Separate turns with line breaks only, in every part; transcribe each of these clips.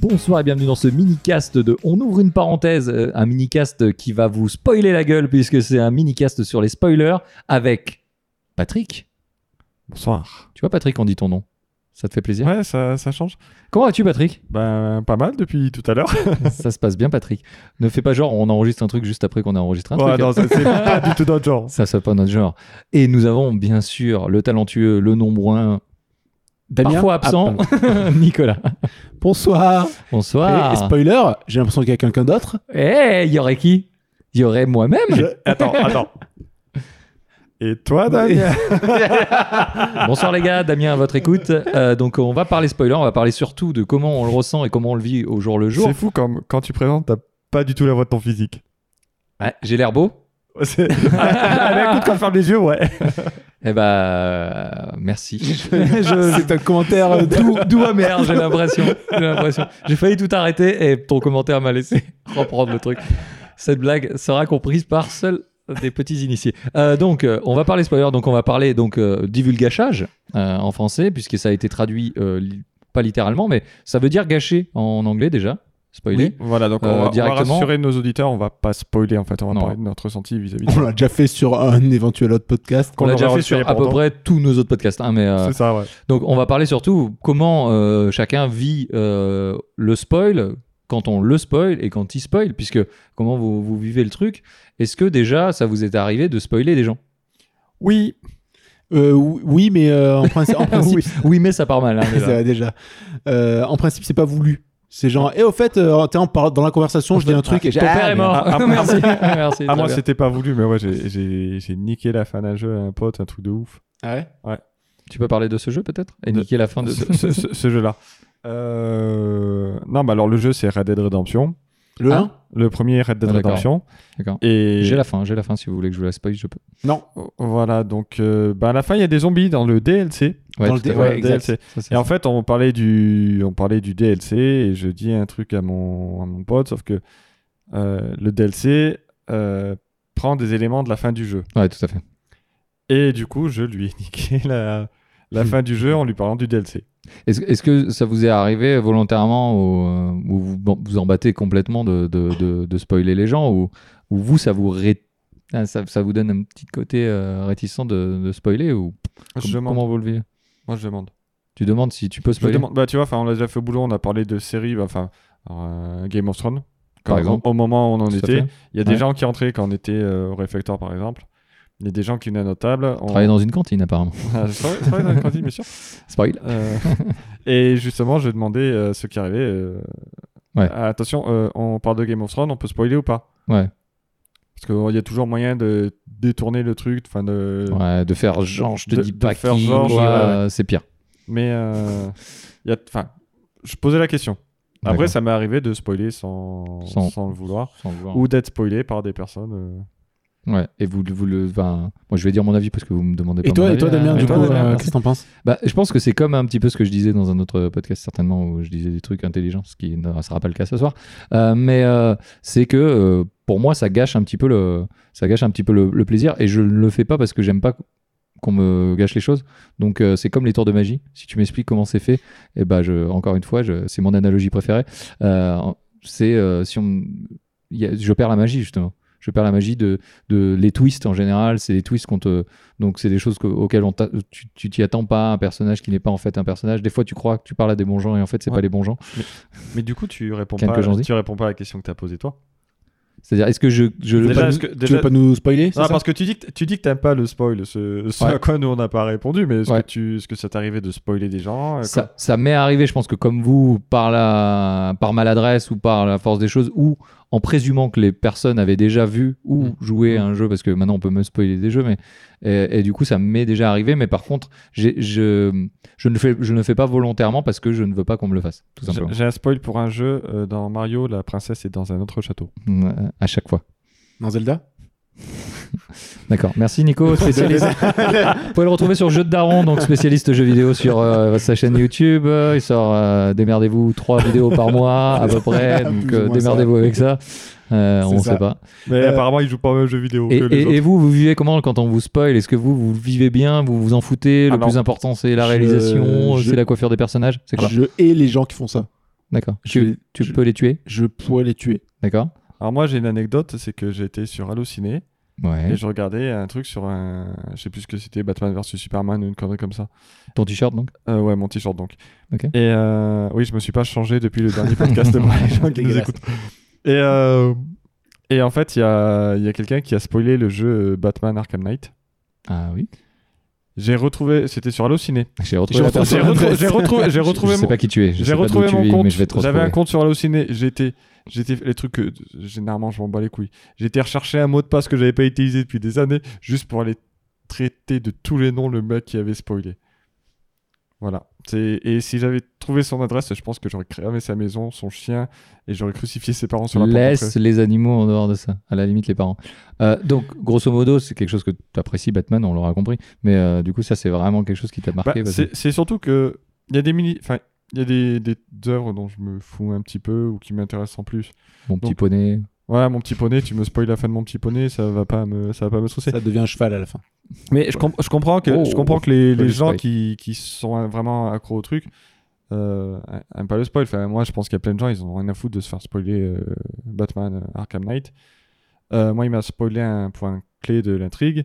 Bonsoir et bienvenue dans ce mini-cast de On ouvre une parenthèse, euh, un mini-cast qui va vous spoiler la gueule puisque c'est un mini-cast sur les spoilers avec Patrick.
Bonsoir.
Tu vois Patrick, on dit ton nom. Ça te fait plaisir
Ouais, ça, ça change.
Comment vas-tu Patrick
Ben, pas mal depuis tout à l'heure.
Ça se passe bien Patrick. Ne fais pas genre on enregistre un truc juste après qu'on a enregistré un
Ouais,
truc.
non, ça, c'est pas du tout notre genre.
Ça, c'est pas notre genre. Et nous avons bien sûr le talentueux, le nombre un, parfois absent, Nicolas.
Bonsoir. Et,
Bonsoir.
spoiler, j'ai l'impression qu'il y a quelqu'un d'autre.
Eh, il y aurait qui Il y aurait moi-même.
Je- Attends, attends. Et toi, Daniel
Bonsoir les gars, Damien à votre écoute. Euh, donc on va parler spoiler, on va parler surtout de comment on le ressent et comment on le vit au jour le jour.
C'est fou comme quand tu présentes, t'as pas du tout la voix de ton physique.
Ouais, J'ai l'air beau
C'est... Ah, écoute, quand je ferme les yeux, ouais.
Eh ben, euh, merci.
C'est un commentaire euh,
D'où d'où amer, j'ai l'impression. J'ai l'impression. J'ai failli tout arrêter et ton commentaire m'a laissé reprendre le truc. Cette blague sera comprise par seuls des petits initiés. Euh, donc, euh, on va parler spoiler. Donc, on va parler donc euh, divulgachage euh, en français, puisque ça a été traduit euh, li- pas littéralement, mais ça veut dire gâcher en anglais déjà. Spoiler.
Voilà, donc on,
Euh,
va, on va
directement.
rassurer nos auditeurs, on va pas spoiler en fait, on va
Non.
parler de notre ressenti vis-à-vis de
On l'a déjà fait sur un éventuel autre podcast.
On
qu'on
l'a déjà
aura
fait
reçu
sur à peu
pendant.
près tous nos autres podcasts. hein, mais, euh,
C'est ça, ouais.
donc, on va parler surtout comment euh, chacun vit euh, le spoil, quand on le spoil et quand il spoil, puisque comment vous, vous vivez le truc. Est-ce que déjà, ça vous est arrivé de spoiler des gens
Oui. Euh, ou- oui, mais euh, en, princi- en principe,
oui, oui, mais ça part mal. hein, déjà.
ça va déjà. Euh, en principe, c'est pas voulu. C'est genre, et au fait, euh, t'es en par- dans la conversation, je dis un truc et j'ai
Ton père est mort.
Ah, ah,
merci. merci,
Ah,
très
moi,
bien.
c'était pas voulu, mais ouais, j'ai, j'ai, j'ai niqué la fin d'un jeu à un pote, un truc de ouf.
Ah ouais
Tu peux parler de ce jeu peut-être Et
De-
niquer la fin de.
ce, ce- ce- ce jeu-là. Euh, Non, mais alors le jeu, c'est Red Dead Redemption.
Le
Ah.
1
Le premier Red Dead
Ah, d'accord.
Redemption.
D'accord.
Et
J'ai la fin, j'ai la fin. Si vous voulez que je vous la spoil, je peux.
Non.
voilà, donc euh, bah, à la fin, il y a des zombies dans le DLC.
Ouais,
Dans le
tout à
dé-
fait.
ouais,
Le
exact.
DLC.
Ça, c'est
Et en fait, on parlait du, on parlait du DLC et je dis un truc à mon, à mon pote, sauf que euh, le DLC euh, prend des éléments de la fin du jeu.
ça. Ouais, tout à fait.
Et du coup, je lui ai niqué la,
Hmm.
la fin du jeu en lui parlant du DLC.
Est-ce est-ce que ça vous est arrivé volontairement ou, euh, ou vous bon, vous en battez complètement de, de- de- de spoiler les gens ou, ou vous, ça vous, ré- ah, ça, ça vous donne un petit côté euh, réticent de, de spoiler ou com-
je demande.
comment vous le vivez
Moi, je demande.
Tu demandes si tu peux
Je me
spoiler
demande, bah, tu vois, enfin, on l'a déjà fait au boulot, on a parlé de séries, bah, enfin, euh, Game of Thrones,
Par
quand-
exemple.
Au, au moment où on en
Tout à
était.
fait.
Il y a des
Ouais.
gens qui entraient quand on était euh, au réfectoire, par exemple. Il y a des gens qui venaient à notre table. On...
Travailler dans une cantine apparemment.
Ah, je travaille- je travaille dans une cantine, bien sûr.
Spoil.
Euh, et justement, je demandais euh, ce qui arrivait. euh,
Ouais.
ah, attention, euh, on parle de Game of Thrones, on peut spoiler ou pas
Ouais.
Parce qu'il y a toujours moyen de détourner le truc, enfin de...
Ouais, de faire genre, je te
de-
dis
de
pas
faire
qui,
genre,
moi,
ouais, ouais.
euh, c'est pire.
Mais euh, il y a, enfin, je posais la question. Après,
D'accord.
ça m'est arrivé de spoiler sans,
Sans-
sans... le vouloir.
Sans le voir.
Ou d'être spoilé par des personnes. euh.
Ouais. Et vous, vous le, enfin, moi je vais dire mon avis parce que vous me demandez.
Et
pas
toi,
mon
et toi
avis,
Damien,
hein.
du
Et
coup,
toi, Damien,
euh,
merci.
qu'est-ce que t'en penses
Bah, je pense que c'est comme un petit peu ce que je disais dans un autre podcast certainement où je disais des trucs intelligents, ce qui ne sera pas le cas ce soir. Euh, mais euh, c'est que euh, pour moi, ça gâche un petit peu le, ça gâche un petit peu le, le plaisir et je ne le fais pas parce que j'aime pas qu'on me gâche les choses. Donc euh, c'est comme les tours de magie. Si tu m'expliques comment c'est fait, et ben je, encore une fois, je- c'est mon analogie préférée. Euh, c'est euh, si on, me- il y a- je perds la magie justement. Je perds la magie de, de les twists en général. C'est les twists qu'on te, donc c'est des choses que- auxquelles on t'a- tu tu t'y attends pas. Un personnage qui n'est pas en fait un personnage. Des fois tu crois que tu parles à des bons gens et en fait c'est
Ouais.
pas les bons gens.
Mais du coup, tu réponds,
Quelque
pas,
chose dit
tu réponds pas à la question que tu as posée toi.
C'est-à-dire est-ce que je, je
Déjà,
pas-
est-ce que-
Tu
déjà-
veux pas nous spoiler c'est
Non,
ça
parce que tu dis que t- tu dis que t'aimes pas le spoil, ce, ce
Ouais.
à quoi nous on n'a pas répondu, mais est-ce
Ouais.
que tu, est-ce que ça t'est arrivé de spoiler des gens euh,
ça, ça m'est arrivé, je pense que comme vous, par, la, par maladresse ou par la force des choses, ou en présumant que les personnes avaient déjà vu ou
Mm.
joué à un jeu, parce que maintenant on peut me spoiler des jeux, mais et, et du coup ça m'est déjà arrivé, mais par contre j'ai- je, je, ne fais, je ne le fais pas volontairement parce que je ne veux pas qu'on me le fasse, tout
comme-
simplement,
J'ai j'ai un spoil pour un jeu euh, dans Mario, la princesse est dans un autre château.
Mm, à chaque fois.
Dans Zelda
D'accord, merci Nico, spécialiste. Vous pouvez le retrouver sur Jeux de Daron, donc spécialiste jeux vidéo sur euh, sa chaîne YouTube. Euh, Il sort, euh, démerdez-vous, trois vidéos par mois à peu près, donc
Plus ou
euh,
moins ça.
démerdez-vous avec ça. Euh,
C'est
on ne
ça.
sait pas.
Mais
Euh,
apparemment, il joue pas au même jeu vidéo
Et,
que les
et-
autres.
et vous, vous vivez comment quand on vous spoil Est-ce que vous, vous le vivez bien Vous vous en foutez Le
Alors,
plus important, c'est la
je-
réalisation,
je-
c'est la coiffure des personnages C'est quoi
Je hais les gens qui font ça.
D'accord.
Je
Tu,
vais-
tu
je-
peux les tuer
Je pourrais les tuer.
D'accord
Alors moi j'ai une anecdote, c'est que j'étais sur Allociné
Ouais.
et je regardais un truc sur un, je sais plus ce que c'était, Batman vs Superman ou une connerie comme ça.
Ton t-shirt donc
Euh, ouais, mon t-shirt donc.
Ok.
Et euh, oui, je me suis pas changé depuis le dernier podcast pour les gens qui nous
Dégueulasse.
écoutent. Et, euh, et en fait, il y a, il y a quelqu'un qui a spoilé le jeu euh, Batman Arkham Knight.
Ah oui.
J'ai retrouvé, c'était sur Allociné.
J'ai retrouvé
J'ai
la
retrouvé-
personne.
J'ai retrouvé, j'ai retrouvé, j'ai
Ah, Je-
retrouvé
je sais
mon,
pas qui tu es. je sais
j'ai
pas d'où
retrouvé
tu
mon
es,
compte.
Mais je vais te
J'avais un
retrouver.
compte sur Allociné. J'étais, j'étais les trucs que généralement je m'en bats les couilles. J'étais recherché un mot de passe que j'avais pas utilisé depuis des années juste pour aller traiter de tous les noms le mec qui avait spoilé. Voilà. C'est- Et si j'avais trouvé son adresse, je pense que j'aurais cramé sa maison, son chien, et j'aurais crucifié ses parents sur la porte
Laisse
d'entrée.
les animaux en dehors de ça, à la limite les parents. Euh, donc, grosso modo, c'est quelque chose que tu apprécies, Batman, on l'aura compris. Mais euh, du coup, ça, c'est vraiment quelque chose qui t'a
Bah,
marqué. parce que-
c'est c'est surtout que il y a des mini, enfin il y a des, des œuvres dont je me fous un petit peu ou qui m'intéressent en plus.
Mon petit
donc-
poney.
Ouais, mon petit poney, tu me spoil la fin de mon petit poney, ça va pas me, ça va pas me saucer.
Ça devient un cheval à la fin.
Mais je, comp- je comprends que,
Oh.
je comprends que les, les
Pas le
gens
spoil.
qui, qui sont euh, vraiment accros au truc euh, aiment pas le spoil. Enfin, moi, je pense qu'il y a plein de gens, ils ont rien à foutre de se faire spoiler euh, Batman euh, Arkham Knight. Euh, moi, il m'a spoilé un point clé de l'intrigue.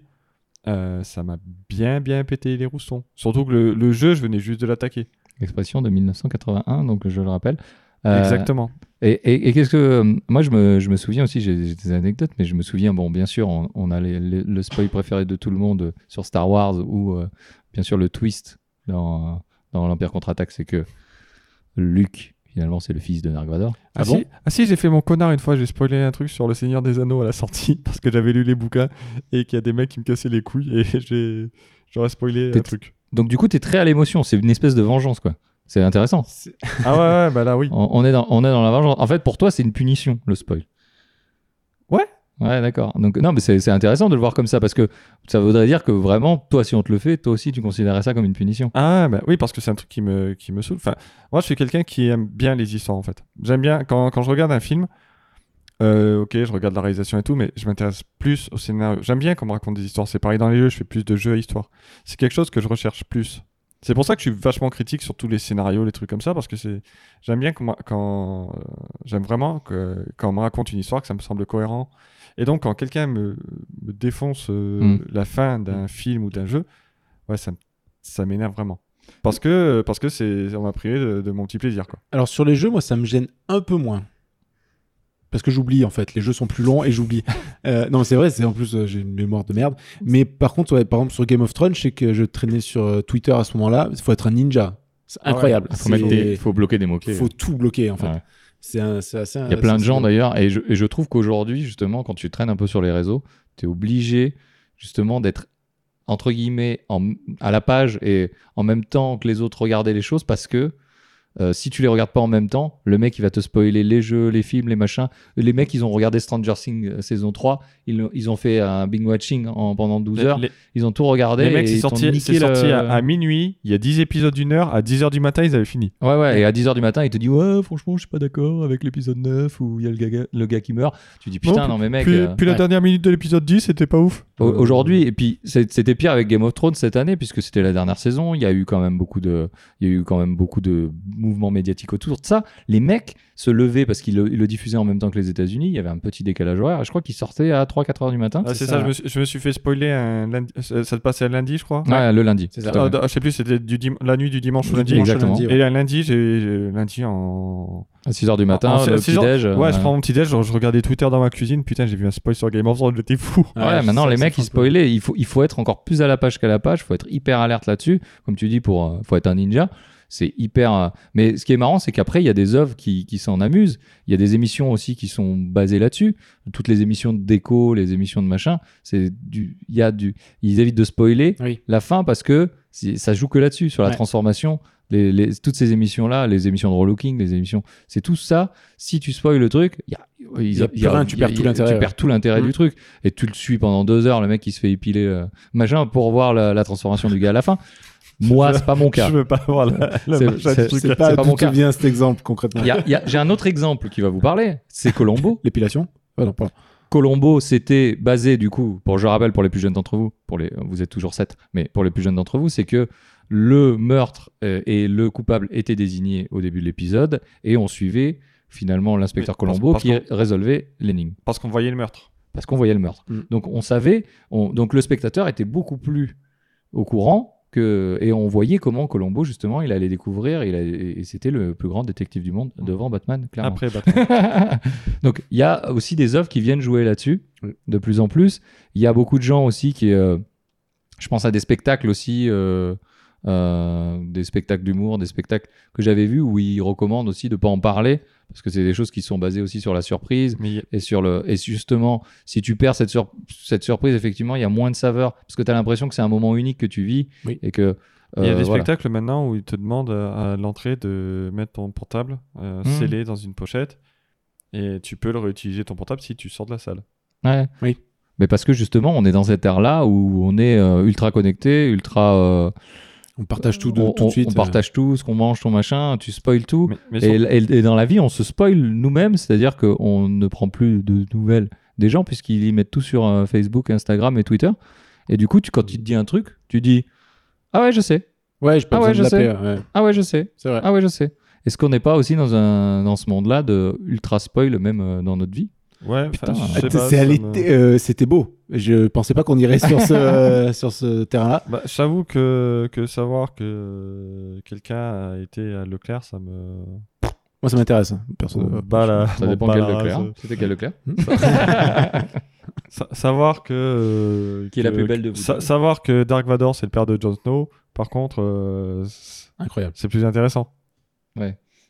Euh, ça m'a bien, bien pété les roustons. Surtout que le, le jeu, je venais juste de l'attaquer.
Expression de 1981, donc je le rappelle. Euh,
Exactement.
Et, et- et qu'est-ce que. euh, Moi, je me, je me souviens aussi, j'ai j'ai des anecdotes, mais je me souviens, bon, bien sûr, on, on a les- les- le spoil préféré de tout le monde euh, sur Star Wars, ou euh, bien sûr le twist dans, euh, dans l'Empire contre-attaque, c'est que Luke, finalement, c'est le fils de Dark Vador.
Ah, si, ah si, j'ai fait mon connard une fois, j'ai spoilé un truc sur le Seigneur des Anneaux à la sortie parce que j'avais lu les bouquins et qu'il y a des mecs qui me cassaient les couilles et j'ai- j'aurais spoilé un
T'es-
truc.
Donc, du coup, t'es très à l'émotion, c'est une espèce de vengeance, quoi. C'est intéressant.
Ah ouais, ouais, bah là oui.
On, on est dans, on est dans la vengeance. En fait, pour toi, c'est une punition, le spoil.
Ouais.
Ouais, d'accord. Donc, non, mais c'est c'est intéressant de le voir comme ça parce que ça voudrait dire que vraiment, toi, si on te le fait, toi aussi, tu considérais ça comme une punition.
Ah bah oui, parce que c'est un truc qui me, qui me saoule. Enfin, moi, je suis quelqu'un qui aime bien les histoires, en fait. J'aime bien, quand, quand je regarde un film, euh, ok, je regarde la réalisation et tout, mais je m'intéresse plus au scénario. J'aime bien qu'on me raconte des histoires. C'est pareil dans les jeux, je fais plus de jeux à histoire. C'est quelque chose que je recherche plus. C'est pour ça que je suis vachement critique sur tous les scénarios, les trucs comme ça, parce que c'est j'aime bien qu'on m'a- quand euh, j'aime vraiment que quand on me raconte une histoire que ça me semble cohérent. Et donc quand quelqu'un me, me défonce euh,
Mm.
la fin d'un film ou d'un jeu, ouais, ça me- ça m'énerve vraiment. Parce que parce que c'est on m'a privé de, de mon petit plaisir quoi.
Alors sur les jeux, moi, ça me gêne un peu moins. Parce que j'oublie en fait, les jeux sont plus longs et j'oublie. Euh, non, mais c'est vrai, c'est en plus euh, j'ai une mémoire de merde. Mais par contre, ouais, par exemple sur Game of Thrones, je sais que je traînais sur euh, Twitter à ce moment-là. Il faut être un ninja, c'est
Ah ouais,
incroyable.
Il faut,
C'est-
bloquer des mots-clés.
faut tout bloquer en fait.
Ouais.
C'est un- c'est
Ah,
assez.
bah,
Il y a plein de gens d'ailleurs, et je, et je trouve qu'aujourd'hui, justement, quand tu traînes un peu sur les réseaux, tu es obligé justement d'être entre guillemets en- à la page et en même temps que les autres regarder les choses parce que euh, si tu les regardes pas en même temps, le mec il va te spoiler les jeux, les films, les machins. Les mecs ils ont regardé Stranger Things euh, saison 3, ils, l'ont- ils ont fait un bing watching en, pendant 12 heures,
Les,
ils ont tout regardé.
les mecs
et
c'est
ils t'ont
sorti,
niqué
c'est sorti
le-
à, à minuit, il y a 10 épisodes d'une heure, à 10 heures du matin ils avaient fini.
Ouais, ouais, et à 10h du matin, il te dit Ouais, franchement, je suis pas d'accord avec l'épisode 9 où il y a le gars, le gars qui meurt. Tu dis Putain,
puis-
non, mais mec.
Oh, puis
euh,
puis
ouais.
la dernière minute de l'épisode 10, c'était pas ouf.
Au- Aujourd'hui, et puis c'est- c'était pire avec Game of Thrones cette année, puisque c'était la dernière saison. Il y a eu quand même beaucoup de, il y a eu quand même beaucoup de mouvements médiatiques autour de ça. Les mecs se levaient parce qu'ils le, ils le diffusaient en même temps que les États-Unis. Il y avait un petit décalage horaire. Et je crois qu'ils sortaient à 3-4 heures du matin.
Ah, c'est ça, je, me suis, je me suis fait spoiler un lundi- ça ça se passait un lundi, je crois.
ouais, le lundi.
C'est ça.
Tout à
Ah,
fait.
d- ah, je sais plus, c'était du dim- la nuit du dimanche au Ah, lundi.
dimanche. Exactement.
Et un lundi, j'ai j'ai- lundi en.
À 6h du matin,
en- en-
le
six heures-
petit-déj.
Ouais,
euh,
je prends mon petit déj, je, je regardais Twitter dans ma cuisine. Putain, j'ai vu un spoil sur Game of Thrones, j'étais fou.
Ouais, maintenant les mecs ils spoilaient, il faut, il faut être encore plus à la page qu'à la page, il faut être hyper alerte là-dessus, comme tu dis, pour euh, faut être un ninja, c'est hyper... euh, Mais ce qui est marrant c'est qu'après il y a des œuvres qui, qui s'en amusent, il y a des émissions aussi qui sont basées là-dessus, toutes les émissions de déco, les émissions de machin, c'est du... il y a du... Ils évitent de spoiler
Oui.
la fin parce que c'est- ça joue que là-dessus, sur la
Ouais.
transformation. Les, les- toutes ces émissions-là, les émissions de relooking, les émissions, c'est tout ça. Si tu spoil le truc, il y a- ils-
y a
il
plus rien, tu
il y a-
perds tout
il y a-
l'intérêt,
Tu
ouais.
perds tout l'intérêt
Mm.
du truc et tu le suis pendant deux heures, le mec qui se fait épiler euh, machin pour voir la, la transformation du gars à la fin. Moi, c'est pas mon cas.
Je veux pas voir la, la
C'est-
machin
c'est-
du truc.
c'est
C'est pas,
pas
d'où
mon
te
cas.
vient cet exemple concrètement.
Il y a- il y a- J'ai un autre exemple qui va vous parler, c'est Colombo.
L'épilation. Ouais, non, pardon.
Colombo s'était basé du coup, pour je rappelle pour les plus jeunes d'entre vous, pour les vous êtes toujours sept, mais pour les plus jeunes d'entre vous, c'est que le meurtre euh, et le coupable étaient désignés au début de l'épisode et on suivait finalement l'inspecteur
Oui, parce-
Colombo
parce
qui
qu'on-
résolvait l'énigme
Parce qu'on voyait le meurtre.
parce qu'on voyait le meurtre.
Mm.
Donc on savait, on- donc le spectateur était beaucoup plus au courant que et on voyait comment Colombo justement il allait découvrir, il allait- et c'était le plus grand détective du monde
Mm.
devant Batman clairement.
Après Batman.
Donc il y a aussi des œuvres qui viennent jouer là-dessus
Oui.
de plus en plus. Il y a beaucoup de gens aussi qui, euh, je pense à des spectacles aussi, euh, euh, des spectacles d'humour, des spectacles que j'avais vus où ils recommandent aussi de pas en parler parce que c'est des choses qui sont basées aussi sur la surprise
Mais il y a-
et sur le et justement si tu perds cette, sur- cette surprise effectivement il y a moins de saveur parce que tu as l'impression que c'est un moment unique que tu vis
Oui.
et que
il y a
euh,
des
voilà.
spectacles maintenant où ils te demandent euh, à l'entrée de mettre ton portable euh,
Mm.
scellé dans une pochette et tu peux le réutiliser ton portable si tu sors de la salle.
Ouais.
Oui.
mais parce que justement on est dans cette ère là où on est euh, ultra connecté ultra euh,
On partage tout de,
on,
tout de
on-
suite. euh.
on partage tout ce qu'on mange ton machin tu spoil tout
Mais, mais
et,
sans-
et- et dans la vie on se spoil nous-mêmes c'est-à-dire qu'on ne prend plus de nouvelles des gens puisqu'ils y mettent tout sur euh, Facebook Instagram et Twitter et du coup tu, quand il te dit un truc tu dis ah ouais je sais
euh. Ouais, j'ai pas
Ah ouais,
besoin
je
de l'appeler. ouais.
ah ouais je sais
C'est vrai.
Ah ouais, je sais. Est-ce qu'on n'est pas aussi dans, un, dans ce monde-là de ultra spoil, même euh, dans notre vie
Ouais,
Putain.
enfin, je
Ah,
sais
C'est-
pas,
c'est
ça
allé-
me-
euh, C'était beau. Je pensais pas qu'on irait sur ce, euh, sur ce terrain-là.
Bah, j'avoue que, que savoir que quelqu'un a été à Leclerc, ça me.
Moi, ça m'intéresse. hein. Perso, euh,
Bah, là,
Ça dépend
bah,
quel
là,
Leclerc. hein.
ça-
C'était quel Leclerc
sa- Savoir que. euh,
Qui est la
que-
plus belle de vous
sa-
deux.
Savoir que Dark Vador, c'est le père de Jon Snow, par contre, euh, c-
Incroyable.
c'est plus intéressant.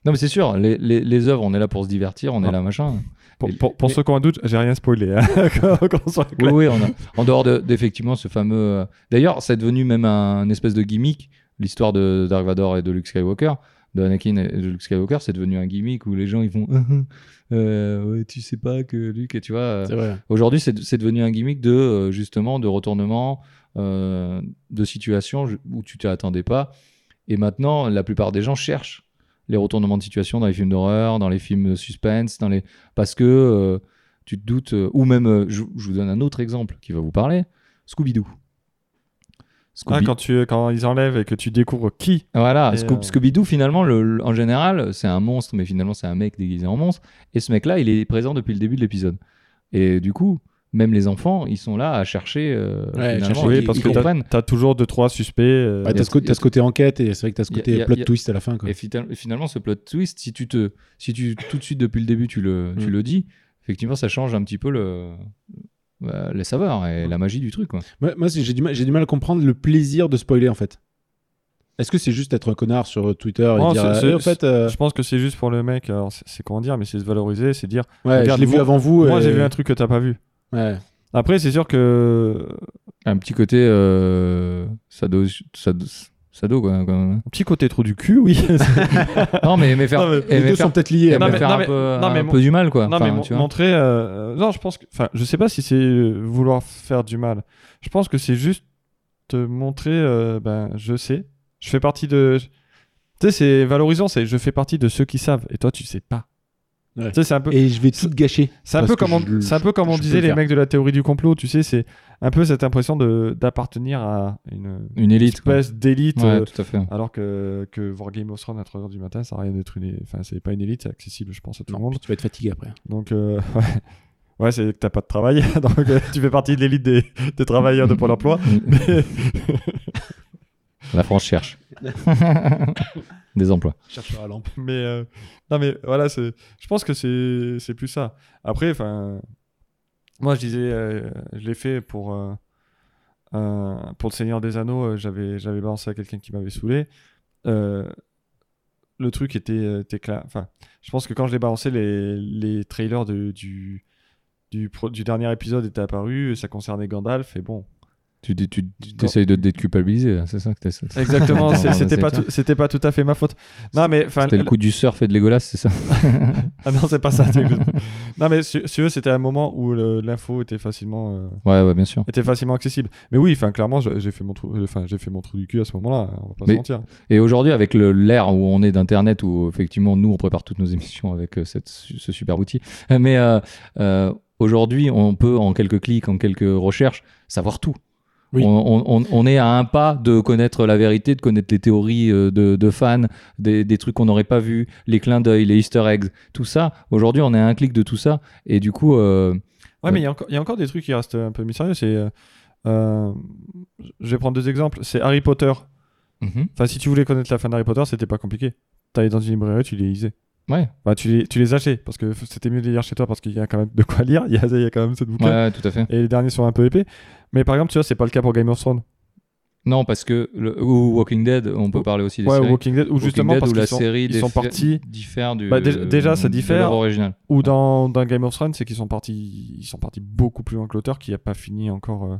Non, mais c'est sûr, les, les, les œuvres, on est là pour se divertir, on est
Ah.
là machin.
Pour,
Et-
pour, pour
mais-
ceux qui ont un doute, j'ai rien spoilé. hein, qu'on- qu'on soit
Oui,
clair.
oui, on a- en dehors de- d'effectivement ce fameux. euh, D'ailleurs, c'est devenu même un, une espèce de gimmick, l'histoire de Dark Vador et de Luke Skywalker. De Anakin et de Luke Skywalker, c'est devenu un gimmick où les gens ils font Euh, ouais, tu sais pas que Luke, et tu vois. euh,
C'est vrai.
Aujourd'hui, c'est c'est devenu un gimmick de euh, justement de retournement euh, de situation je- où tu t'y attendais pas. Et maintenant, la plupart des gens cherchent les retournements de situation dans les films d'horreur, dans les films de suspense, dans les parce que euh, tu te doutes euh, ou même euh, je, je vous donne un autre exemple qui va vous parler Scooby Doo.
Ah, quand, tu, quand ils enlèvent et que tu découvres qui.
Voilà,
Et,
Scoo-
euh,
Scooby-Doo, finalement, le- le- en général, c'est un monstre, mais finalement, c'est un mec déguisé en monstre. Et ce mec-là, il est présent depuis le début de l'épisode. Et du coup, même les enfants, ils sont là à chercher. euh,
Ouais,
finalement,
chercher,
ils-
Oui,
qui-
parce
ils
que t'as
comprennent.
t'as toujours 2-3 suspects. euh,
y
Bah,
a
t'as ce,
ce-
côté- t'as ce côté enquête et c'est vrai que t'as ce
y a-
côté
y a-
plot
y a-
twist à la fin. Quoi.
Et fita- finalement, ce plot twist, si tu te, si tu tout de suite depuis le début, tu le, tu
Mm.
le dis, effectivement, ça change un petit peu le, bah, les saveurs et la magie du truc. quoi.
Moi, moi, c'est- j'ai du, mal- j'ai du mal à comprendre le plaisir de spoiler en fait. Est-ce que c'est juste être un connard sur Twitter et
Non,
dire
Oh, c'est-
euh,
c'est-
Eh, en fait euh,
Je pense que c'est juste pour le mec, alors c'est c'est comment dire, mais c'est se valoriser, c'est dire
ouais, je
regarde,
l'ai vu
moi-
avant vous
Moi,
et-
j'ai vu un truc que t'as pas vu.
ouais.
Après, c'est sûr que.
Un petit côté euh, sado, sado, sado, quoi, quand même.
Un petit côté trou du cul, oui.
Non, mais, mais faire.
hein. Non, mais
et
les
mais
deux
faire-
sont peut-être liés hein.
et
Non,
mais
mais-
faire
non,
un
mais-
peu,
non,
un
mais
peu
mon-
du mal quoi.
non,
Enfin,
mais mon-
tu vois.
montrer. euh, Non, je pense que. Enfin, je sais pas si c'est euh, vouloir faire du mal. Je pense que c'est juste te montrer. euh, ben, je sais. Je fais partie de. Tu sais, c'est valorisant, c'est je fais partie de ceux qui savent. Et toi, tu sais pas.
Ouais.
Tu sais, c'est un peu.
et je vais tout gâcher.
C'est un,
Parce
peu
que
comme on,
je-
c'est un peu comme on
je peux
disait
le
les
faire.
mecs de la théorie du complot, tu sais, c'est un peu cette impression de, d'appartenir à une,
Une élite. quoi.
espèce d'élite
Ouais,
euh,
tout à fait.
Alors que, que voir Game of Thrones à 3h du matin, ça n'a rien d'être une. Enfin, c'est pas une élite, c'est accessible, je pense, à tout le
Non,
monde.
puis tu vas être fatigué après.
Donc, euh, ouais. Ouais, c'est que t'as pas de travail, donc euh, tu fais partie de l'élite des, des travailleurs de Pôle emploi.
La France cherche des emplois.
Chercheur à lampe.
Mais, euh, non, mais voilà, c'est, je pense que c'est, c'est plus ça. Après, enfin, moi je disais, euh, je l'ai fait pour, euh, un- pour le Seigneur des Anneaux, euh, j'avais, j'avais balancé à quelqu'un qui m'avait saoulé. Euh, le truc était, euh, était clair. Enfin, je pense que quand je l'ai balancé, les, les trailers de- du, du, pro- du dernier épisode étaient apparus, ça concernait Gandalf, et bon.
Tu, tu, tu essayes de te déculpabiliser, là, c'est ça que t'essaies-
Exactement,
c'est-
c'était,
c'est
pas
clair.
tout- c'était pas tout à fait ma faute. Non, mais enfin,
C'était le coup du surf et de Legolas, c'est ça
Ah non, c'est pas ça. c'est- non, mais si, si eux, c'était un moment où le- l'info était facilement euh,
Ouais, ouais, bien sûr.
était facilement accessible. Mais oui, enfin clairement, je- j'ai fait mon trou, euh, enfin j'ai fait mon trou du cul à ce moment-là. hein, On va pas
Mais-
se mentir.
Et aujourd'hui, avec le- l'ère où on est d'Internet, où effectivement, nous, on prépare toutes nos émissions avec euh, cette- ce super outil, mais euh, euh, aujourd'hui, on peut en quelques clics, en quelques recherches, savoir tout.
Oui.
On, on- on- on est à un pas de connaître la vérité, de connaître les théories euh, de, de fans, des, des trucs qu'on n'aurait pas vus, les clins d'œil, les easter eggs, tout ça. Aujourd'hui, on est à un clic de tout ça. Et du coup, euh,
Ouais, mais il y a encore- il y, a encore des trucs qui restent un peu mystérieux. C'est, euh, euh, je vais prendre deux exemples. C'est Harry Potter.
mhm,
Enfin, si tu voulais connaître la fin d'Harry Potter, c'était pas compliqué. T'allais dans une librairie, tu les lisais.
ouais,
Enfin, tu les, tu les achetais parce que f- c'était mieux de les lire chez toi parce qu'il y a quand même de quoi lire. Il y a, il y a quand même cette
ouais,
bouquin.
ouais, tout à fait.
Et les derniers sont un peu épais. Mais par exemple, tu vois, c'est pas le cas pour Game of Thrones.
Non, parce que le, ou Walking Dead, on peut
Ou-
parler aussi des
Ouais, ou
séries.
Walking Dead, ou
Walking
justement
Dead,
parce
où
qu'ils
la
sont,
série
ils
des-
sont partis.
diffère du.
Bah, déjà- déjà, ça
de
diffère.
l'œuvre originale.
Ou dans, dans Game of Thrones, c'est qu'ils sont partis, ils sont partis beaucoup plus loin que l'auteur qui a pas fini encore euh,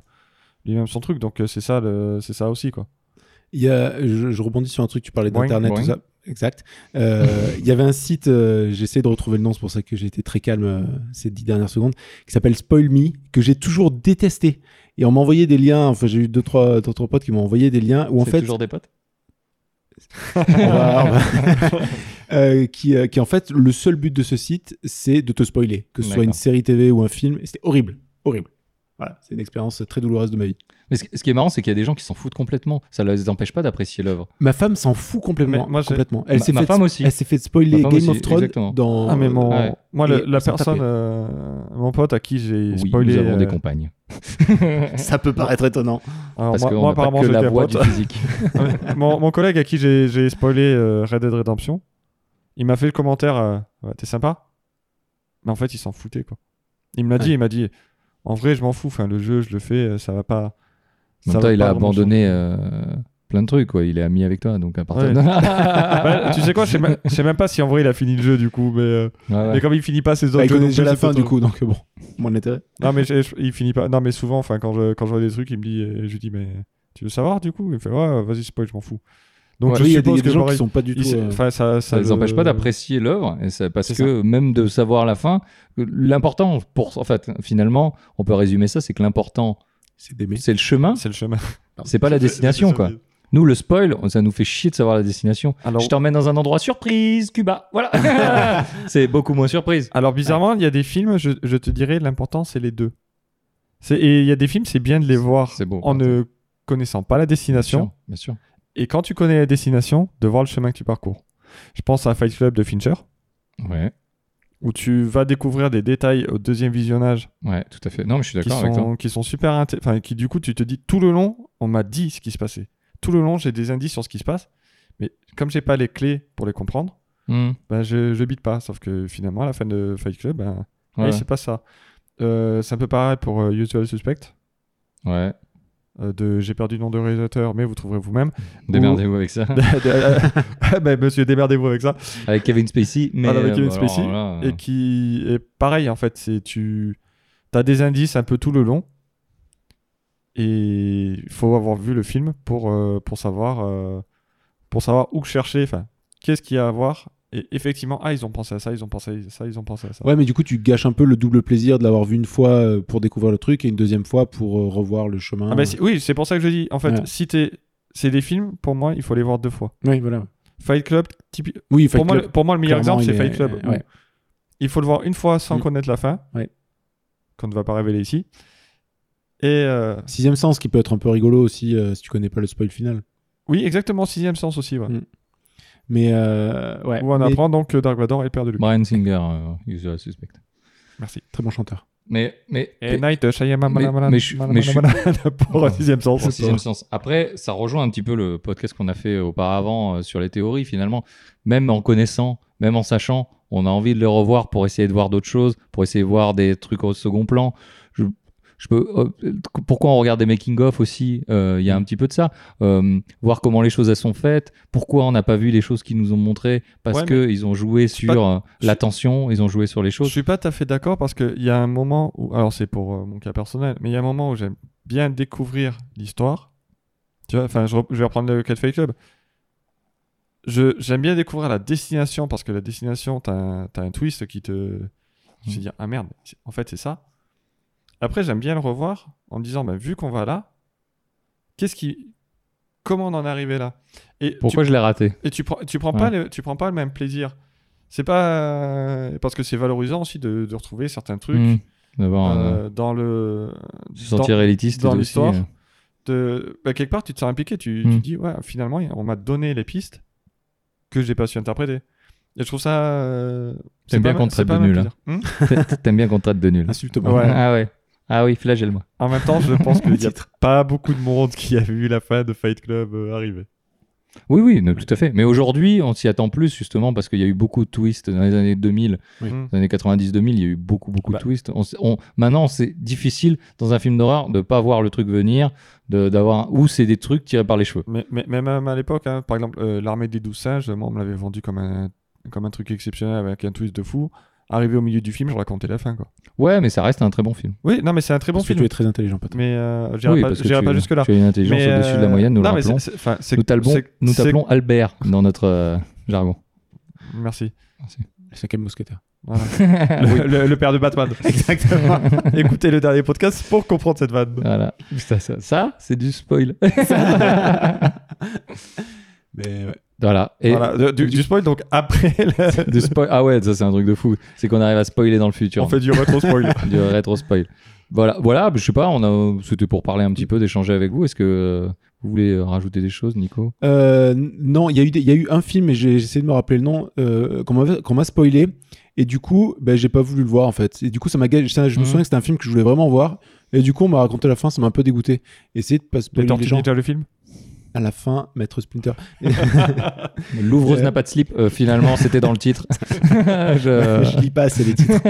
lui-même son truc. Donc euh, c'est ça, le- c'est ça aussi quoi.
Il y a, je, je rebondis sur un truc, tu parlais
Boing,
d'internet,
boing.
tout ça. Exact. Euh, Il y avait un site, euh, j'ai essayé de retrouver le nom, c'est pour ça que j'ai été très calme euh, ces dix dernières secondes, qui s'appelle Spoil Me, que j'ai toujours détesté. Et on m'a envoyé des liens, enfin j'ai eu deux trois, deux, trois potes qui m'ont envoyé des liens où en
C'est
fait.
toujours des potes.
on va- on va- Euh, qui, euh, qui en fait, le seul but de ce site, c'est de te spoiler, que ce soit
D'accord.
une série TV ou un film. Et C'était horrible, horrible. Voilà, c'est une expérience très douloureuse de ma vie.
Mais ce, ce qui est marrant, c'est qu'il y a des gens qui s'en foutent complètement. Ça ne les empêche pas d'apprécier l'œuvre.
Ma femme s'en fout complètement.
Mais moi, j'ai-
complètement. Elle
Ma-
s'est
ma
fait,
femme aussi.
Elle s'est fait
Ma
spoiler
Bah,
femme
Game
aussi,
of Thrones
exactement.
dans.
Ah mais mon,
ouais.
moi
Et
le- la
on s'en
personne,
tapait.
euh, mon pote à qui j'ai
Oui,
spoilé.
nous avons des
euh,
compagnes.
Ça peut paraître étonnant.
alors,
Parce
moi,
qu'on
moi,
n'a pas
apparemment
que
je
la voix
capote.
du physique.
mon, mon collègue à qui j'ai j'ai spoilé euh, Red Dead Redemption, il m'a fait le commentaire euh, Ouais, T'es sympa Mais en fait, il s'en foutait, quoi. Il me l'a dit,
Ouais.
il m'a dit En vrai, je m'en fous, enfin, le jeu, je le fais, euh, ça va pas.
En
ça
même
va
temps, il
pas
a
vraiment
abandonné euh, plein de trucs. Quoi. Il est ami avec toi, donc à partir
Ouais.
de-
changer. Ouais, tu sais quoi, je sais même- je sais même pas si en vrai il a fini le jeu, du coup, mais, euh,
Ouais, ouais.
mais comme il finit pas ses autres
Bah, il
jeux.
connaît
non
déjà
plus,
la
c'est
fin du
autre-
coup, donc bon, mon intérêt.
Non, mais je- je- il finit pas. Non, mais souvent, enfin, quand je, quand je vois des trucs, il me dit euh, Je lui dis, mais tu veux savoir, du coup Il me fait Ouais, vas-y, spoil, je m'en fous. Donc,
Ouais,
je
Oui, il y a des, il
suppose
y a des
que
gens
j'aurais-
qui sont pas du tout.
il-
euh,
enfin, ça,
Ça ne les
le-
empêche pas d'apprécier l'œuvre, et ça- parce
C'est
que même de savoir la fin, l'important, pour en fait, finalement, on peut résumer ça, c'est que l'important,
C'est des
c'est le chemin,
C'est le chemin.
c'est pas la destination, quoi. Nous, le spoil, ça nous fait chier de savoir la destination.
Alors,
Je t'emmène dans un endroit surprise, Cuba. Voilà. c'est beaucoup moins surprise.
alors bizarrement, il y a des films, je, je te dirais, l'important, c'est les deux. C'est- Et il y a des films, c'est bien de les voir
c'est beau,
en
par
ne connaissant pas la destination.
bien sûr.
Et quand tu connais la destination, de voir le chemin que tu parcours. Je pense à Fight Club de Fincher,
Ouais,
où tu vas découvrir des détails au deuxième visionnage
ouais, tout à fait. Non, mais je suis
qui
d'accord avec toi.
sont, qui sont super inté- Enfin, qui du coup, tu te dis, tout le long, on m'a dit ce qui se passait. Tout le long, j'ai des indices sur ce qui se passe. Mais comme j'ai pas les clés pour les comprendre,
Hmm,
ben je, je bite pas. Sauf que finalement, à la fin de Fight Club, ben,
ouais.
Oui, c'est pas ça. Euh, c'est un peu pareil pour euh, Usual Suspect.
ouais.
euh, de, j'ai perdu le nom de réalisateur, mais vous trouverez vous-même.
Démerdez-vous avec ça.
euh,
Ah ben, monsieur, démerdez-vous avec ça.
avec Kevin Spacey. Mais
Voilà, avec Ah Kevin
euh, alors
Spacey,
là, euh,
Et qui est pareil, en fait. C'est tu as des indices un peu tout le long. Et il faut avoir vu le film pour, euh, pour, savoir, euh, pour savoir où chercher. Enfin, qu'est-ce qu'il y a à voir. Et effectivement, ah, ils ont pensé à ça, ils ont pensé à ça, ils ont pensé à ça.
Ouais, mais du coup, tu gâches un peu le double plaisir de l'avoir vu une fois euh, pour découvrir le truc et une deuxième fois pour euh, revoir le chemin.
Ah ben, si- oui, c'est pour ça que je dis. En fait,
Ouais.
si t'es. C'est des films, pour moi, il faut les voir deux fois.
Oui, voilà.
Fight Club, typi-
Oui, Fight
pour, moi,
Club,
le- pour moi, le meilleur
clairement,
exemple, c'est
il est-
Fight Club.
ouais.
où Il faut le voir une fois sans
Mm.
connaître la fin,
Ouais.
qu'on ne va pas révéler ici. Et euh,
Sixième sens qui peut être un peu rigolo aussi euh, si tu connais pas le spoil final.
oui, exactement, sixième sens aussi. Ouais.
Mm. Mais euh, ouais.
Où on
mais-
apprend donc que Dark Vador est le père de Luke.
Brian Singer, euh, Usual Suspect.
Merci.
Très bon chanteur.
Mais, mais,
Et
mais-
Night Shyamalan
mais-
Malan-
mais je-
Malan-
mais je-
Malan- pour un sixième sens.
Pour sixième sens. Après, ça rejoint un petit peu le podcast qu'on a fait auparavant euh, sur les théories. Finalement, même en connaissant, même en sachant, on a envie de le revoir pour essayer de voir d'autres choses, pour essayer de voir des trucs au second plan. Je, je peux, euh, pourquoi on regarde des making-of aussi euh, Il y a un petit peu de ça. Euh, voir comment les choses elles sont faites, pourquoi on n'a pas vu les choses qu'ils nous ont montrées, parce
Ouais,
que qu'ils ont joué sur
pas-
euh, l'attention, ils ont joué sur les
Je
choses.
suis pas tout à fait d'accord parce qu'il y a un moment où, alors c'est pour euh, mon cas personnel, mais il y a un moment où j'aime bien découvrir l'histoire. Tu vois, enfin, je, rep- je vais reprendre le cas de Fight Club. Je- J'aime bien découvrir la destination parce que la destination, t'as un, t'as un twist qui te. Tu
Mm.
te dis, ah merde, c'est- en fait, c'est ça. Après, j'aime bien le revoir en me disant, bah, vu qu'on va là, qu'est-ce qui. Comment on en est arrivé là Et tu
Pourquoi je l'ai raté
et tu prends, tu prends pas le, tu prends pas le même plaisir. C'est pas euh, parce que c'est valorisant aussi de, de retrouver certains trucs.
Mm. d'avoir un-
euh, dans le
se
dans-
sentir élitiste
dans
aussi,
l'histoire,
euh.
te- bah, quelque part, tu te sens impliqué. Tu,
Mm.
tu dis, ouais, finalement, on m'a donné les pistes que j'ai pas su interpréter. Et je trouve ça. euh, c'est
T'aimes
pas
bien
mal-
qu'on te
c'est
traite
pas
de
mal
nul, hein.
plaisir. Hmm
T'a- T'aimes bien qu'on te traite de nul.
Insulte-moi.
Ouais.
Ah ouais. Ah oui, flagelle-moi.
en même temps, je pense qu'il y a pas beaucoup de monde qui a vu la fin de Fight Club euh, arriver.
Oui, oui, non, tout à fait. Mais aujourd'hui, on s'y attend plus justement parce qu'il y a eu beaucoup de twists dans les années 2000,
Oui.
Mmh.
dans les années 90-2000, il y a eu beaucoup, beaucoup
Bah.
de twists. On s- on- maintenant, c'est difficile dans un film d'horreur de pas voir le truc venir, de- d'avoir ou c'est des trucs tirés par les cheveux.
Mais, mais- mais même à l'époque, hein, par exemple, euh, l'armée des douze singes, moi, on me l'avait vendu comme un, comme un truc exceptionnel avec un twist de fou. Arrivé au milieu du film, je racontais la fin, quoi.
Ouais, mais ça reste un très bon film.
Oui, non, mais c'est un très bon
Parce que
film.
tu es très intelligent, Patrick.
Mais euh, j'irai
Oui,
pas,
parce que
j'irai
tu-
pas jusque-là.
Tu as une intelligence
Mais,
au-dessus de
euh,
la moyenne, nous
non,
le
mais
rappelons.
c'est- c'est- enfin, c'est-
Nous t'appelons,
c'est-
nous
c'est-
t'appelons Albert dans notre euh, jargon.
Merci.
Le cinquième mousquetaire.
Voilà. le, le- le père de Batman. Exactement. Écoutez le dernier podcast pour comprendre cette vanne.
Voilà. Ça, ça- ça, c'est du spoil.
Mais ouais.
voilà. Et
Voilà, de- du, du spoil, donc après, le-
du spoil- Ah ouais, ça c'est un truc de fou. C'est qu'on arrive à spoiler dans le futur.
on fait du rétro-spoil.
du rétro spoil. Voilà, voilà, je sais pas, on a c'était pour parler un petit peu, d'échanger avec vous. Est-ce que euh, vous voulez euh, rajouter des choses, Nico
Euh, n- non, il y, a eu des- il y a eu un film, et j'ai j'ai essayé de me rappeler le nom, euh, qu'on m'avait- qu'on m'a spoilé. Et du coup, ben, j'ai pas voulu le voir en fait. Et du coup, ça m'a gâché. ça, Je me
Mhm.
souviens que c'était un film que je voulais vraiment voir. Et du coup, on m'a raconté la fin, ça m'a un peu dégoûté. Essayer de pas
Les
spoiler les
Tortues
gens.
Ninja, le film
À la fin, Maître Splinter.
L'ouvreuse
Euh.
n'a pas de slip. Euh, finalement, c'était dans le titre. Je-
je lis pas assez les titres.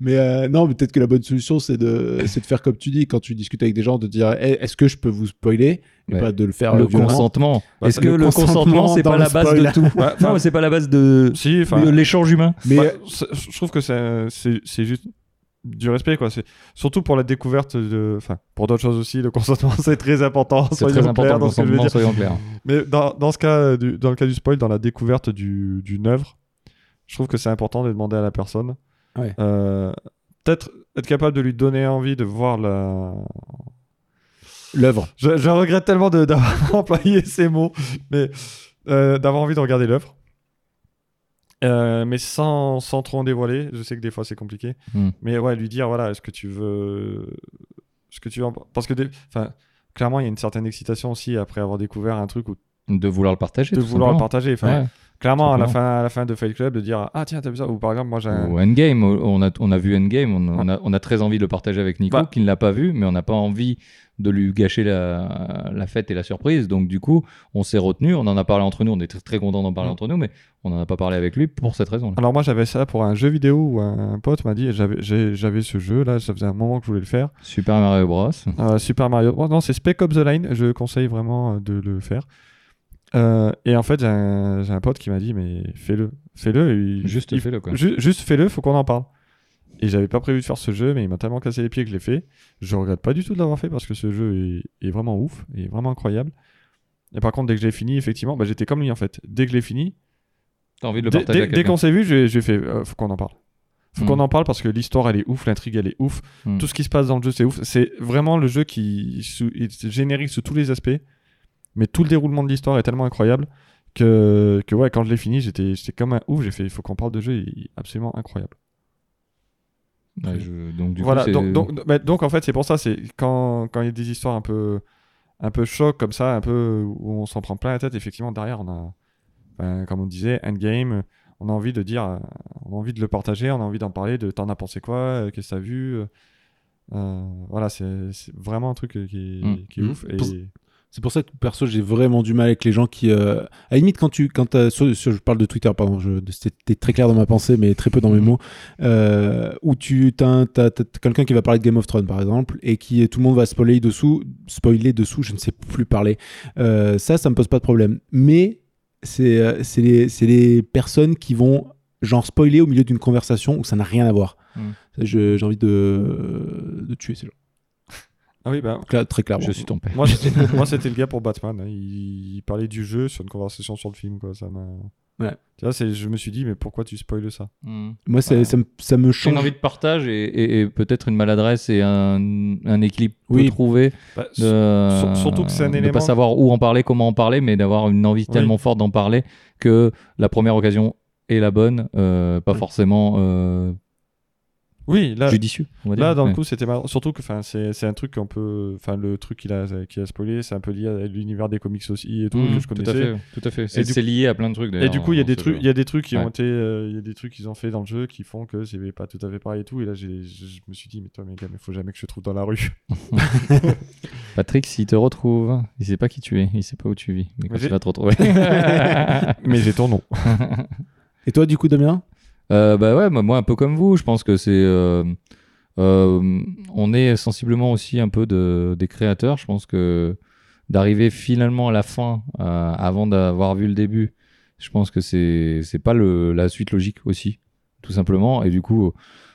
mais euh, non, mais peut-être que la bonne solution, c'est de, c'est de faire comme tu dis, quand tu discutes avec des gens, de dire Eh, est-ce que je peux vous spoiler Et
Ouais.
pas de le faire
Le
euh, violemment.
consentement.
Bah,
Est-ce
le
que le
consentement
consentement, c'est
dans
pas
le
la base
spoil.
de tout
Ouais, Bah, enfin,
Non, mais c'est pas la base de,
Si, enfin,
de l'échange humain.
Mais
bah, c'est- je trouve que c'est c'est- c'est juste du respect, quoi. C'est- Surtout pour la découverte de. Enfin, pour d'autres choses aussi, le consentement, c'est très important.
C'est
soyons
très important
clairs
le
dans ce que je veux
consentement,
dire.
soyons clairs.
Mais dans, dans ce cas, euh, du, dans le cas du spoil, dans la découverte du- d'une œuvre, je trouve que c'est important de demander à la personne.
Ouais.
Euh, Peut-être être capable de lui donner envie de voir la.
l'œuvre.
Je, je regrette tellement de- d'avoir employé ces mots, mais euh, d'avoir envie de regarder l'œuvre. Euh, mais sans, sans trop en dévoiler, je sais que des fois c'est compliqué.
Hmm.
Mais ouais, lui dire voilà, est-ce que tu veux. Est-ce que tu veux. en- Parce que. des- Enfin, clairement, il y a une certaine excitation aussi après avoir découvert un truc ou
De vouloir le partager.
de
tout
vouloir le
simplement.
partager. Enfin, Clairement, à la,
Simplement.
fin, à la fin de Fight Club, de dire Ah, tiens, t'as vu ça Ou par exemple, moi j'ai
Ouais.
un-
Ou Endgame, on a, on a vu Endgame, on, on a, on a très envie de le partager avec Nico,
Bah.
qui ne l'a pas vu, mais on n'a pas envie de lui gâcher la, la fête et la surprise. Donc du coup, on s'est retenu, on en a parlé entre nous, on est tr- très content d'en parler
Mm.
entre nous, mais on n'en a pas parlé avec lui pour cette raison.
Alors, moi j'avais ça pour un jeu vidéo où un pote m'a dit J'avais j'ai- j'avais ce jeu là, ça faisait un moment que je voulais le faire.
Super Mario Bros.
Euh, Super Mario. Bros. non, c'est Spec Ops The Line, je conseille vraiment euh, de le faire. Euh, et en fait, j'ai un, j'ai un pote qui m'a dit Mais fais-le, fais-le. et il-
Juste
il-
fais-le quoi.
ju- juste fais-le, faut qu'on en parle. Et j'avais pas prévu de faire ce jeu, mais il m'a tellement cassé les pieds que je l'ai fait. Je regrette pas du tout de l'avoir fait parce que ce jeu est, est vraiment ouf, est vraiment incroyable. Et par contre, dès que j'ai fini, effectivement, bah, j'étais comme lui en fait. Dès que j'ai fini,
T'as envie de le
dès,
partager
dès-
avec
dès qu'on s'est vu, j'ai j'ai fait euh, faut qu'on en parle. Faut
Mm.
qu'on en parle parce que l'histoire elle est ouf, l'intrigue elle est ouf,
Mm.
tout ce qui se passe dans le jeu c'est ouf. C'est vraiment le jeu qui sous- est générique sous tous les aspects, mais tout le déroulement de l'histoire est tellement incroyable que, que ouais, quand je l'ai fini, j'étais j'étais comme un ouf. J'ai fait il faut qu'on parle de jeu, il est absolument incroyable
Ouais, je- donc du
voilà,
coup, c'est-
donc, donc, mais donc, en fait, c'est pour ça, c'est quand quand il y a des histoires un peu, un peu choc comme ça, un peu où on s'en prend plein la tête, effectivement, derrière, on a, ben, comme on disait, Endgame, on a envie de dire, euh, on a envie de le partager, on a envie d'en parler, de t'en as pensé quoi, euh, qu'est-ce que t'as vu, euh, euh, voilà, c'est c'est vraiment un truc euh, qui est,
Mm.
qui est
Mm.
ouf. Et,
Pour- C'est pour ça que perso, j'ai vraiment du mal avec les gens qui. euh, À la limite, quand tu. Quand t'as- sur- sur- je parle de Twitter, pardon, je- de- c'était très clair dans ma pensée, mais très peu dans mes mots. euh, où tu t'as un- t'as- t'as quelqu'un qui va parler de Game of Thrones, par exemple, et qui tout le monde va spoiler dessous, spoiler dessous, je ne sais plus parler. Euh, ça, ça me pose pas de problème. Mais c'est euh, c'est les, c'est les personnes qui vont, genre, spoiler au milieu d'une conversation où ça n'a rien à voir.
Mm.
Ça, je- J'ai envie de, de tuer ces gens.
ah oui, ben,
Cla- très clairement.
je suis ton père.
moi, c'était- moi, c'était le gars pour Batman, hein, il, il parlait du jeu sur une conversation sur le film, quoi, ça m'a.
Ouais.
Tu vois, c'est- je me suis dit, mais pourquoi tu spoiles ça
Mm.
Moi, ça,
Ouais.
ça me, ça me
J'ai une
change.
envie de partage et, et- et peut-être une maladresse et un, un équilibre
Oui.
peu trouvé
Bah,
de-
Sur- surtout que c'est un
de
élément-
pas savoir où en parler, comment en parler, mais d'avoir une envie
Oui.
tellement forte d'en parler que la première occasion est la bonne, euh, pas
Oui.
forcément euh,
Oui, là,
judicieux. on va dire.
Là, dans le
Ouais.
coup, c'était marrant. Surtout que 'fin, c'est c'est un truc qu'on peut. Enfin, le truc qu'il a, qu'il a spoilé, c'est un peu lié à l'univers des comics aussi et tout,
Mmh,
que je
tout à
connaissais.
fait, tout à fait. C'est
du
c'est lié à plein de trucs.
Et du
d'ailleurs, hein,
coup, il y a
dans
des
ce
trucs,
jeu.
il y a des trucs qui
Ouais.
ont été, euh, il y a des trucs qu'ils ont fait dans le jeu qui font que c'est pas tout à fait pareil et tout. Et là, j'ai- je je me suis dit, mais toi, mes gars, mais faut jamais que je te trouve dans la rue.
Patrick, s'il te retrouve, il sait pas qui tu es, il sait pas où tu vis, mais quand
Mais j'ai-
il va te retrouver.
mais j'ai ton nom.
Et toi, du coup, Damien
Euh, bah ouais, moi- moi un peu comme vous, je pense que c'est. euh, euh, on est sensiblement aussi un peu de, des créateurs. Je pense que d'arriver finalement à la fin, euh, avant d'avoir vu le début, je pense que c'est c'est pas le, la suite logique aussi, tout simplement. Et du coup, euh,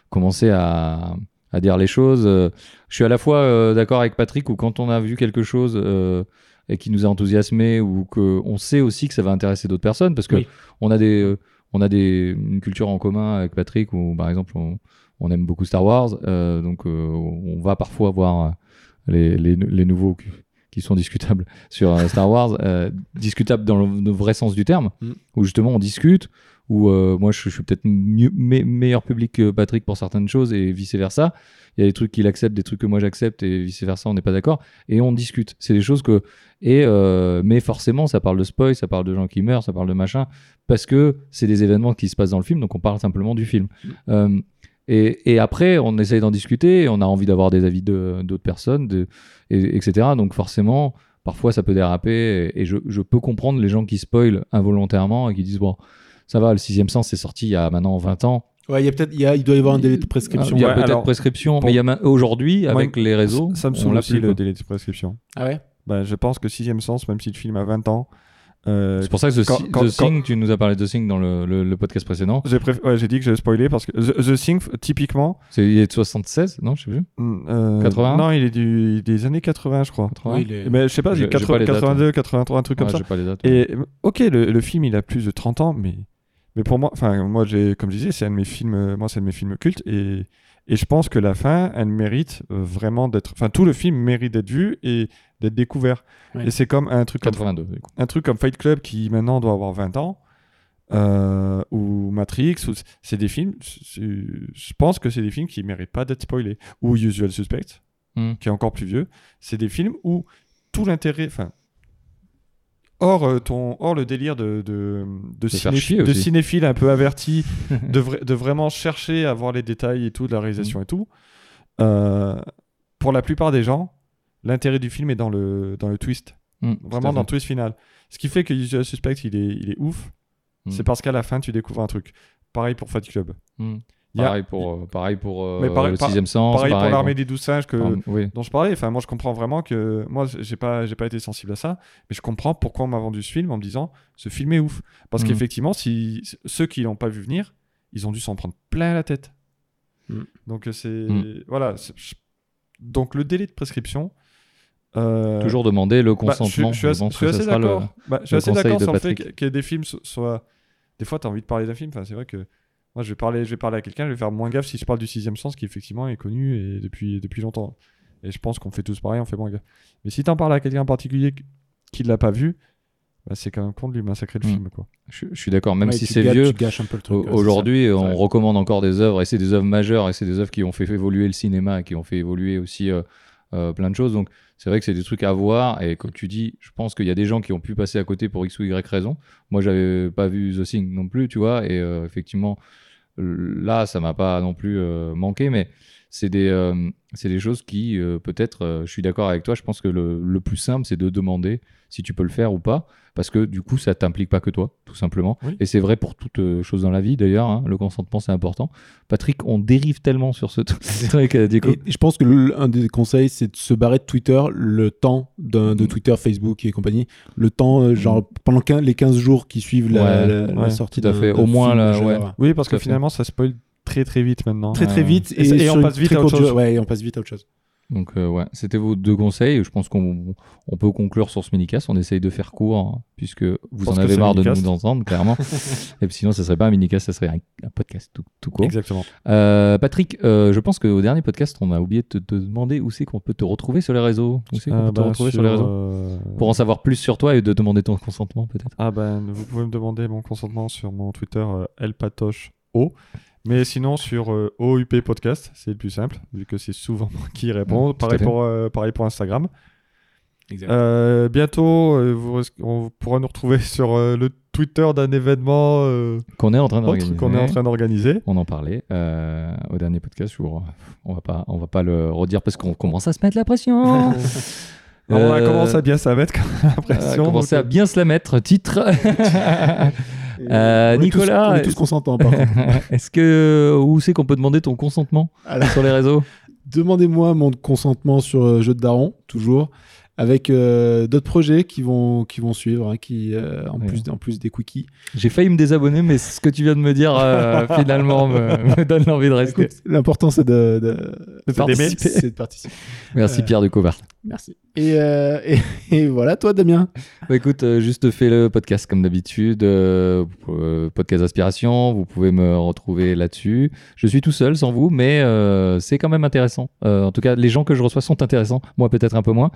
commencer à, à dire les choses. euh, je suis à la fois euh, d'accord avec Patrick où quand on a vu quelque chose. euh, et qui nous a enthousiasmé ou que on sait aussi que ça va intéresser d'autres personnes parce que
Oui.
on a des euh, on a des, une culture en commun avec Patrick où, par exemple, on, on aime beaucoup Star Wars. euh, donc, euh, on va parfois voir euh, les, les, les nouveaux qui, qui sont discutables sur euh, Star Wars, euh, discutables dans le, le vrai sens du terme,
Mm.
où justement on discute, où euh, moi je, je suis peut-être mieux- me- meilleur public que Patrick pour certaines choses et vice-versa. Il y a des trucs qu'il accepte, des trucs que moi j'accepte et vice-versa, on n'est pas d'accord. Et on discute. C'est des choses que. Et, euh, mais forcément, ça parle de spoil, ça parle de gens qui meurent, ça parle de machin parce que c'est des événements qui se passent dans le film, donc on parle simplement du film.
Mm.
Euh, et, et après, on essaye d'en discuter, et on a envie d'avoir des avis de- d'autres personnes, de- et- etc. Donc forcément, parfois ça peut déraper, et, et je, je peux comprendre les gens qui spoilent involontairement et qui disent, bon, ça va, le sixième sens, c'est sorti il y a maintenant 20 ans.
Ouais, il y a peut-être, il, y a- il doit Ah, y avoir un délai de prescription.
Il y a
Ouais,
peut-être
alors,
prescription,
pour-
mais il y a ma- aujourd'hui,
Moi,
avec les réseaux,
Ça me
on
saoule
l'a
aussi
plus,
le
quoi.
délai de prescription.
Ah ouais
Ben, je pense que sixième sens, même si le film a 20 ans, euh,
C'est pour ça que The,
Quand-
Si-
quand-
The Thing, tu nous as parlé de The Thing dans le, le- le podcast précédent,
j'ai préf- ouais, j'ai dit que je spoilais parce que The, The Thing, typiquement,
c'est il est de 76, non, je sais plus.
euh,
80?
non, il est du, des années 80, je crois.
80.
Oui, il est-
Mais je sais pas,
Je-
c'est
j'ai pas
80,
les dates, hein.
82, 83, un truc comme
Ouais,
ça.
Ah, j'ai pas les dates.
Et euh, ok, le, le film il a plus de 30 ans, mais, mais pour moi, enfin moi j'ai comme je disais, c'est un de mes films, euh, moi c'est un de mes films cultes et, et je pense que la fin, elle mérite euh, vraiment d'être, enfin tout le film mérite d'être vu et d'être découvert.
Ouais.
Et c'est comme un truc comme
82, du coup.
un truc comme Fight Club qui maintenant doit avoir 20 ans, euh, ou Matrix, ou c'est des films, c'est- je pense que c'est des films qui méritent pas d'être spoilés. Ou Usual Suspect,
Hmm.
qui est encore plus vieux, c'est des films où tout l'intérêt, enfin, hors, euh, ton, hors le délire de, de, de,
faire
ciné-
chier
de
aussi.
cinéphile un peu averti, de, vra- de vraiment chercher à voir les détails et tout, de la
Hmm.
réalisation et tout, euh, pour la plupart des gens, l'intérêt du film est dans le, dans le twist
Mm,
vraiment
tout à
dans le twist final. Ce qui fait que Usual Suspect, il est, il est ouf.
Mm.
C'est parce qu'à la fin, tu découvres un truc. Pareil pour Fight Club.
fait. Mm.
Il y a-
Pareil pour, euh, pareil pour euh,
Mais pareil-
le
par-
sixième sens.
pareil, pour l'armée des douze singes que,
Pardon, oui.
dont je parlais. Enfin, moi, je comprends vraiment que moi, j'ai pas, j'ai pas été sensible à ça, mais je comprends pourquoi on m'a vendu ce film en me disant ce film est ouf. Parce
Mhm.
qu'effectivement, si ceux qui l'ont pas vu venir, ils ont dû s'en prendre plein la tête.
Mhm.
Donc euh, c'est
Mhm.
voilà. c'est- je- Donc le délai de prescription. euh,
Toujours demander le
Bah, je suis-
consentement.
je, suis assez-
pense
je suis
que ce
assez
sera le-
d'accord. Bah, je suis
le
assez
conseil
d'accord
de
sur le fait
Patrick.
que- que des films so- soient. Des fois, t'as envie de parler d'un film. Enfin, c'est vrai que moi, je vais parler, je vais parler à quelqu'un, je vais faire moins gaffe si je parle du sixième sens qui effectivement est connu et depuis depuis longtemps. Et je pense qu'on fait tous pareil, on fait moins gaffe. Mais si t'en parles à quelqu'un en particulier qui- qui l'a pas vu, bah, c'est quand même con de lui massacrer le
Mm.
film, quoi.
Je, je suis d'accord, même
Ouais,
si
tu
c'est
gâ-
vieux.
Tu gâches un peu le truc.
au-
ouais, c'est ça.
Aujourd'hui,
vrai.
on recommande encore des œuvres, et c'est des œuvres majeures, et c'est des œuvres qui ont fait évoluer le cinéma, qui ont fait évoluer aussi euh, euh, plein de choses. Donc, c'est vrai que c'est des trucs à voir, et comme tu dis, je pense qu'il y a des gens qui ont pu passer à côté pour X ou Y raison. Moi, j'avais pas vu The Thing non plus, tu vois, et euh, effectivement, euh, là, ça m'a pas non plus euh, manqué, mais c'est des, euh, c'est des choses qui, euh, peut-être, euh, je suis d'accord avec toi, je pense que le, le plus simple, c'est de demander si tu peux le faire ou pas, parce que du coup, ça t'implique pas que toi, tout simplement.
Oui.
Et c'est vrai pour toute euh, chose dans la vie, d'ailleurs, hein, le consentement, c'est important. Patrick, on dérive tellement sur ce truc, euh, du coup.
Et je pense que le- un des conseils, c'est de se barrer de Twitter le temps d'un- de
Mm.
Twitter, Facebook et compagnie. Le temps, euh, genre, pendant quin- les 15 jours qui suivent la,
Ouais,
la- la
ouais,
sortie
tout à
d'un-
fait.
d'un
Au moins,
film
là,
majeur.
ouais.
Oui, parce
Tout
que
à fait.
finalement, ça spoil très très vite maintenant. Hein.
Très très
Ouais.
vite.
Et ça- et
sur
on
une
passe vite
très
à autre
courte
chose.
durée- Ouais, et on passe vite à autre chose.
Donc, euh, ouais, c'était vos deux conseils. Je pense qu'on on peut conclure sur ce minicast. On essaye de faire court, hein, puisque vous
Parce
en
que
avez
c'est un
marre de
minicast.
nous entendre, clairement. Et puis sinon, ça serait pas un minicast, ça serait un, un podcast tout, tout court.
Exactement.
Euh, Patrick, euh, je pense qu'au dernier podcast, on a oublié de te, te demander où c'est qu'on peut te retrouver sur les réseaux. Où c'est qu'on
Ah,
peut te
bah,
retrouver sur les réseaux
euh,
Pour en savoir plus sur toi et de demander ton consentement, peut-être.
Ah ben, vous pouvez me demander mon consentement sur mon Twitter euh, elpatoche Mais sinon, sur euh, OUP Podcast, c'est le plus simple, vu que c'est souvent moi qui
Ouais,
répond.
tout à
pareil,
fait.
pour, euh, pareil pour Instagram.
Exact.
Euh, bientôt, euh, vous risquez- on pourra nous retrouver sur euh, le Twitter d'un événement euh,
Qu'on est en train
autre
d'organiser.
qu'on est en train d'organiser.
On en parlait euh, au dernier podcast. je vous re- On va pas, on va pas le redire parce qu'on commence à se mettre la pression.
Alors, On a
Euh,
commencé à bien s'en mettre, quand même, la
euh,
pression.
commencer à
donc,
bien se la mettre. Titre.
On est tous-
Nicolas-
on est tous consentants, par contre.
Est-ce que où c'est qu'on peut demander ton consentement
À la-
sur les réseaux
Demandez-moi mon consentement sur euh, Jeu de Daron, toujours, avec euh, d'autres projets qui vont, qui vont suivre, hein, qui, euh, en,
Ouais.
plus, en plus des quickies.
J'ai failli me désabonner, mais ce que tu viens de me dire euh, finalement me, me donne l'envie de rester.
Écoute, L'important, c'est de, de-
De
c'est
participer.
c'est de participer.
Merci
euh,
Pierre de Couvert.
Merci. Et, euh, et- et voilà, toi, Damien.
Bah écoute, euh, juste fais le podcast comme d'habitude, euh, euh, podcast aspiration, vous pouvez me retrouver là-dessus. Je suis tout seul sans vous, mais euh, c'est quand même intéressant. Euh, en tout cas, les gens que je reçois sont intéressants, moi peut-être un peu moins.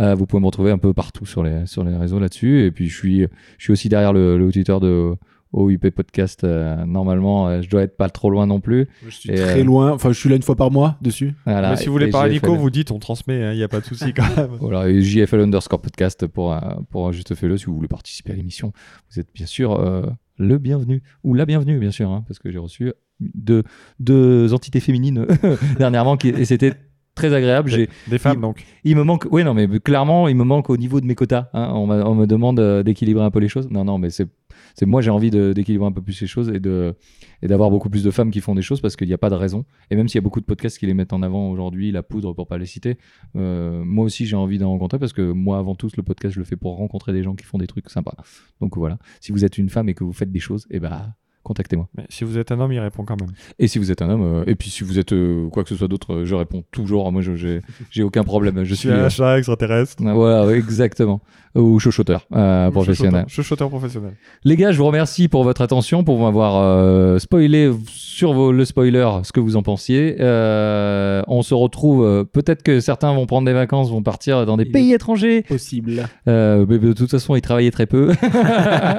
Euh, vous pouvez me retrouver un peu partout sur les, sur les réseaux là-dessus. Et puis je suis, je suis aussi derrière le, le Twitter de OUP Podcast. Euh, normalement, euh, je dois être pas trop loin non plus.
Je suis
Et,
très
euh,
loin. Enfin, je suis là une fois par mois dessus.
Voilà.
mais si vous voulez
Et
parler à
j'ai fait
Nico,
le-
vous dites, on transmet, il n'y a pas de souci quand même.
Voilà, et JFL underscore podcast pour, euh, pour Juste Fais-le. Si vous voulez participer à l'émission, vous êtes bien sûr euh, le bienvenu, ou la bienvenue, bien sûr, hein, parce que j'ai reçu deux, deux entités féminines dernièrement, qui, et c'était très agréable. J'ai,
Des femmes, donc.
il me manque, oui, non, mais clairement, il me manque au niveau de mes quotas. hein. on, m'a- on me demande euh, d'équilibrer un peu les choses. Non, non, mais c'est, c'est moi, j'ai envie de- d'équilibrer un peu plus les choses et, de, et d'avoir beaucoup plus de femmes qui font des choses parce qu'il n'y a pas de raison. Et même s'il y a beaucoup de podcasts qui les mettent en avant aujourd'hui, la poudre pour pas les citer, euh, moi aussi, j'ai envie d'en rencontrer parce que moi, avant tout, le podcast, je le fais pour rencontrer des gens qui font des trucs sympas. Donc voilà, si vous êtes une femme et que vous faites des choses, eh ben, contactez-moi.
Mais si vous êtes un homme, il répond quand même.
Et si vous êtes un homme, euh, et puis si vous êtes euh, quoi que ce soit d'autre, euh, je réponds toujours. Moi, je, j'ai, j'ai aucun problème. Je
Je suis
suis.
un
euh,
chat extraterrestre.
ah, Voilà, ouais, exactement. Ou chauchoteur euh, professionnel.
Je suis chanteur professionnel.
Les gars, je vous remercie pour votre attention, pour m'avoir euh, spoilé sur vos- le spoiler ce que vous en pensiez. Euh, on se retrouve. euh, Peut-être que certains vont prendre des vacances, vont partir dans des
Il est-
pays étrangers.
Possible.
Euh, mais de toute façon, ils travaillaient très peu.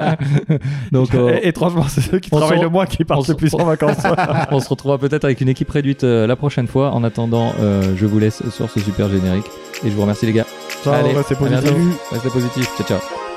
Donc, euh,
Et- étrangement, c'est ceux qui
on
travaillent
se-
le moins qui
on
partent
se-
le plus en vacances.
on se retrouvera peut-être avec une équipe réduite euh, la prochaine fois. En attendant, euh, je vous laisse sur ce super générique. Et je vous remercie, les gars.
Ciao,
Allez,
restez
à bientôt.
positifs.
Restez positifs. Ciao, ciao.